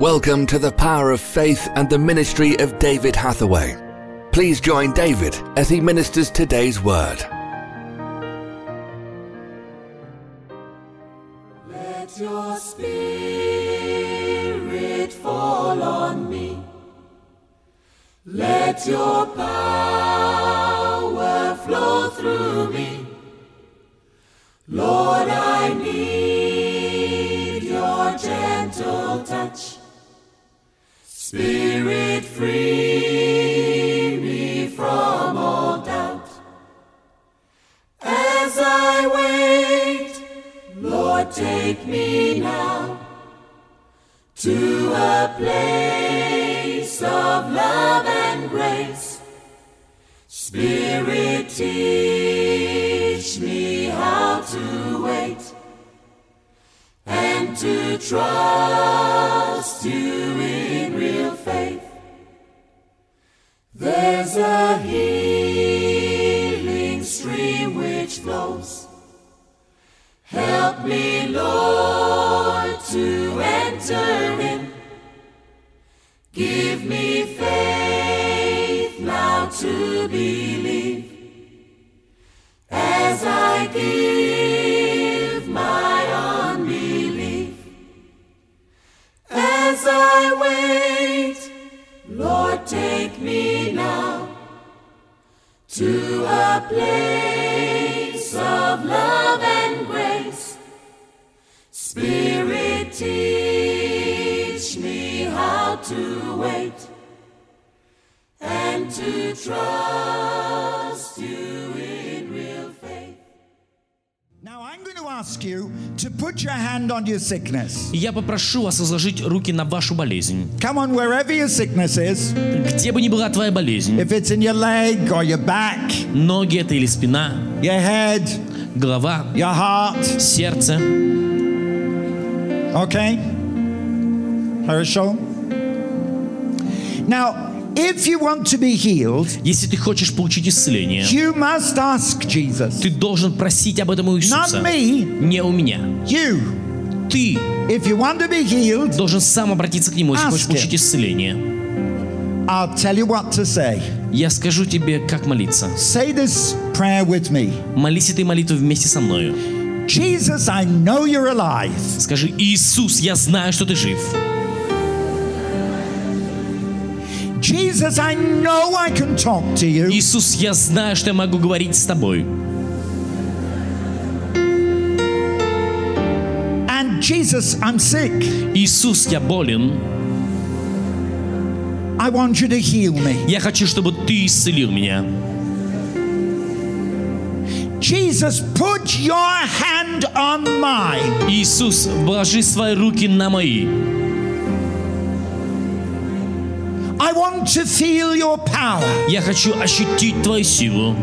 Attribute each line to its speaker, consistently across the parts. Speaker 1: Welcome to the power of faith and the ministry of David Hathaway. Please join David as he ministers today's word.
Speaker 2: Let your spirit fall on me. Let your power flow through me. Lord, I need your gentle touch. Spirit, free me from all doubt. As I wait, Lord, take me now to a place of love and grace. Spirit, teach me how to wait and to trust you in real faith. There's a healing stream which flows. Help me, Lord, to enter in. Give me faith now to believe. As I give my unbelief, as I wait, Lord, take me now to a place of love and grace. Spirit, teach me how to wait and to trust you in real faith.
Speaker 3: Now I'm going to ask you to put your hand on your sickness.
Speaker 4: И Я попрошу вас возложить руки на вашу болезнь.
Speaker 3: Come on, wherever your sickness is,
Speaker 4: Где бы ни была твоя болезнь,
Speaker 3: if it's in your leg or your back,
Speaker 4: ноги это или спина,
Speaker 3: your head,
Speaker 4: голова,
Speaker 3: your heart,
Speaker 4: сердце.
Speaker 3: okay? Herschel. Now, if you want to be healed,
Speaker 4: Если ты хочешь получить исцеление,
Speaker 3: you must ask Jesus.
Speaker 4: ты должен просить об этом у
Speaker 3: Not
Speaker 4: Иисуса.
Speaker 3: me,
Speaker 4: Не у меня.
Speaker 3: you.
Speaker 4: Ты
Speaker 3: If you want to be healed,
Speaker 4: должен сам обратиться к Нему, если
Speaker 3: Ask
Speaker 4: хочешь получить
Speaker 3: him.
Speaker 4: исцеление.
Speaker 3: I'll tell you what to say.
Speaker 4: Я скажу тебе, как молиться.
Speaker 3: Say this prayer with me.
Speaker 4: Молись этой молитвы вместе со мною.
Speaker 3: Jesus, I know you're alive.
Speaker 4: Скажи, Иисус, я знаю, что ты жив.
Speaker 3: Jesus, I know I can talk to you.
Speaker 4: Иисус, я знаю, что я могу говорить с тобой.
Speaker 3: And Jesus, I'm sick.
Speaker 4: Иисус, я болен.
Speaker 3: I want you to heal me.
Speaker 4: Я хочу, чтобы ты исцелил меня.
Speaker 3: Jesus, put your hand on mine.
Speaker 4: Иисус, положи свои руки на мои.
Speaker 3: I want to feel your power.
Speaker 4: Я хочу ощутить твою силу.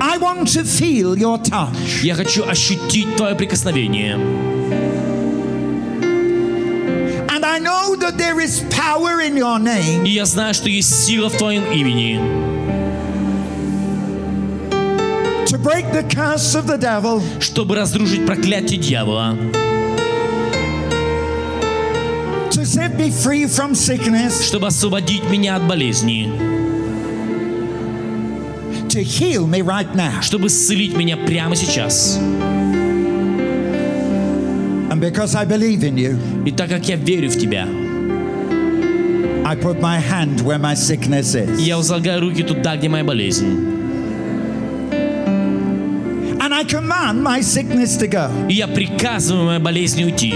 Speaker 3: I want to feel your touch.
Speaker 4: Я хочу ощутить твое прикосновение.
Speaker 3: And I know that there is power in your name.
Speaker 4: И я знаю, что есть сила в твоем имени,
Speaker 3: To break the curse of the devil,
Speaker 4: чтобы разрушить проклятие дьявола,
Speaker 3: to set me free from sickness,
Speaker 4: чтобы освободить меня от болезни,
Speaker 3: to heal me right now.
Speaker 4: чтобы исцелить меня прямо сейчас.
Speaker 3: And because I believe in you,
Speaker 4: И так как я верю в тебя,
Speaker 3: I put my hand where my sickness is.
Speaker 4: я возлагаю руки туда, где моя болезнь.
Speaker 3: And I command my sickness to go.
Speaker 4: И я приказываю моей болезни уйти.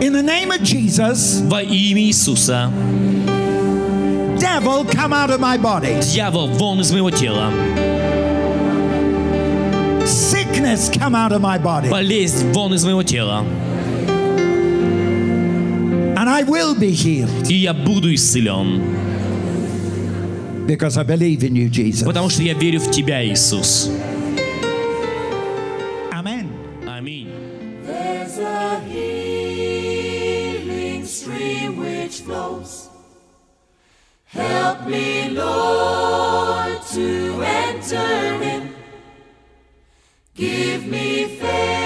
Speaker 3: In the name of Jesus,
Speaker 4: Во имя Иисуса.
Speaker 3: devil, come out of my body.
Speaker 4: Дьявол, вон из моего тела.
Speaker 3: Sickness come out of my body.
Speaker 4: Болезнь, вон из моего тела.
Speaker 3: And I will be healed
Speaker 4: И я буду исцелен.
Speaker 3: because I believe in you, Jesus.
Speaker 4: Потому что я верю в тебя, Иисус.
Speaker 3: Amen.
Speaker 4: Аминь.
Speaker 2: There's a healing stream which flows. Help me, Lord, to enter in. Give me faith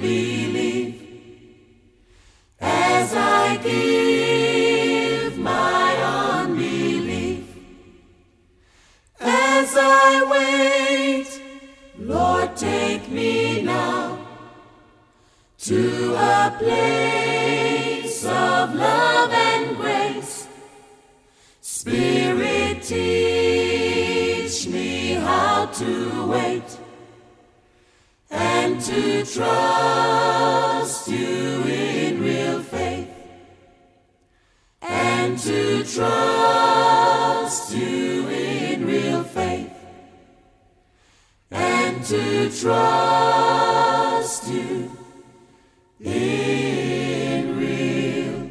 Speaker 2: believe as I give my unbelief. As I wait, Lord, take me now to a place of love and grace. Spirit, teach me how to wait and to trust you in real faith and to trust you in real faith and to trust you in real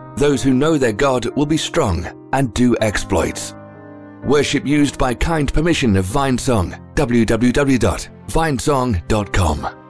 Speaker 1: those who know their God will be strong and do exploits. Worship used by kind permission of Vinesong. www.vinesong.com.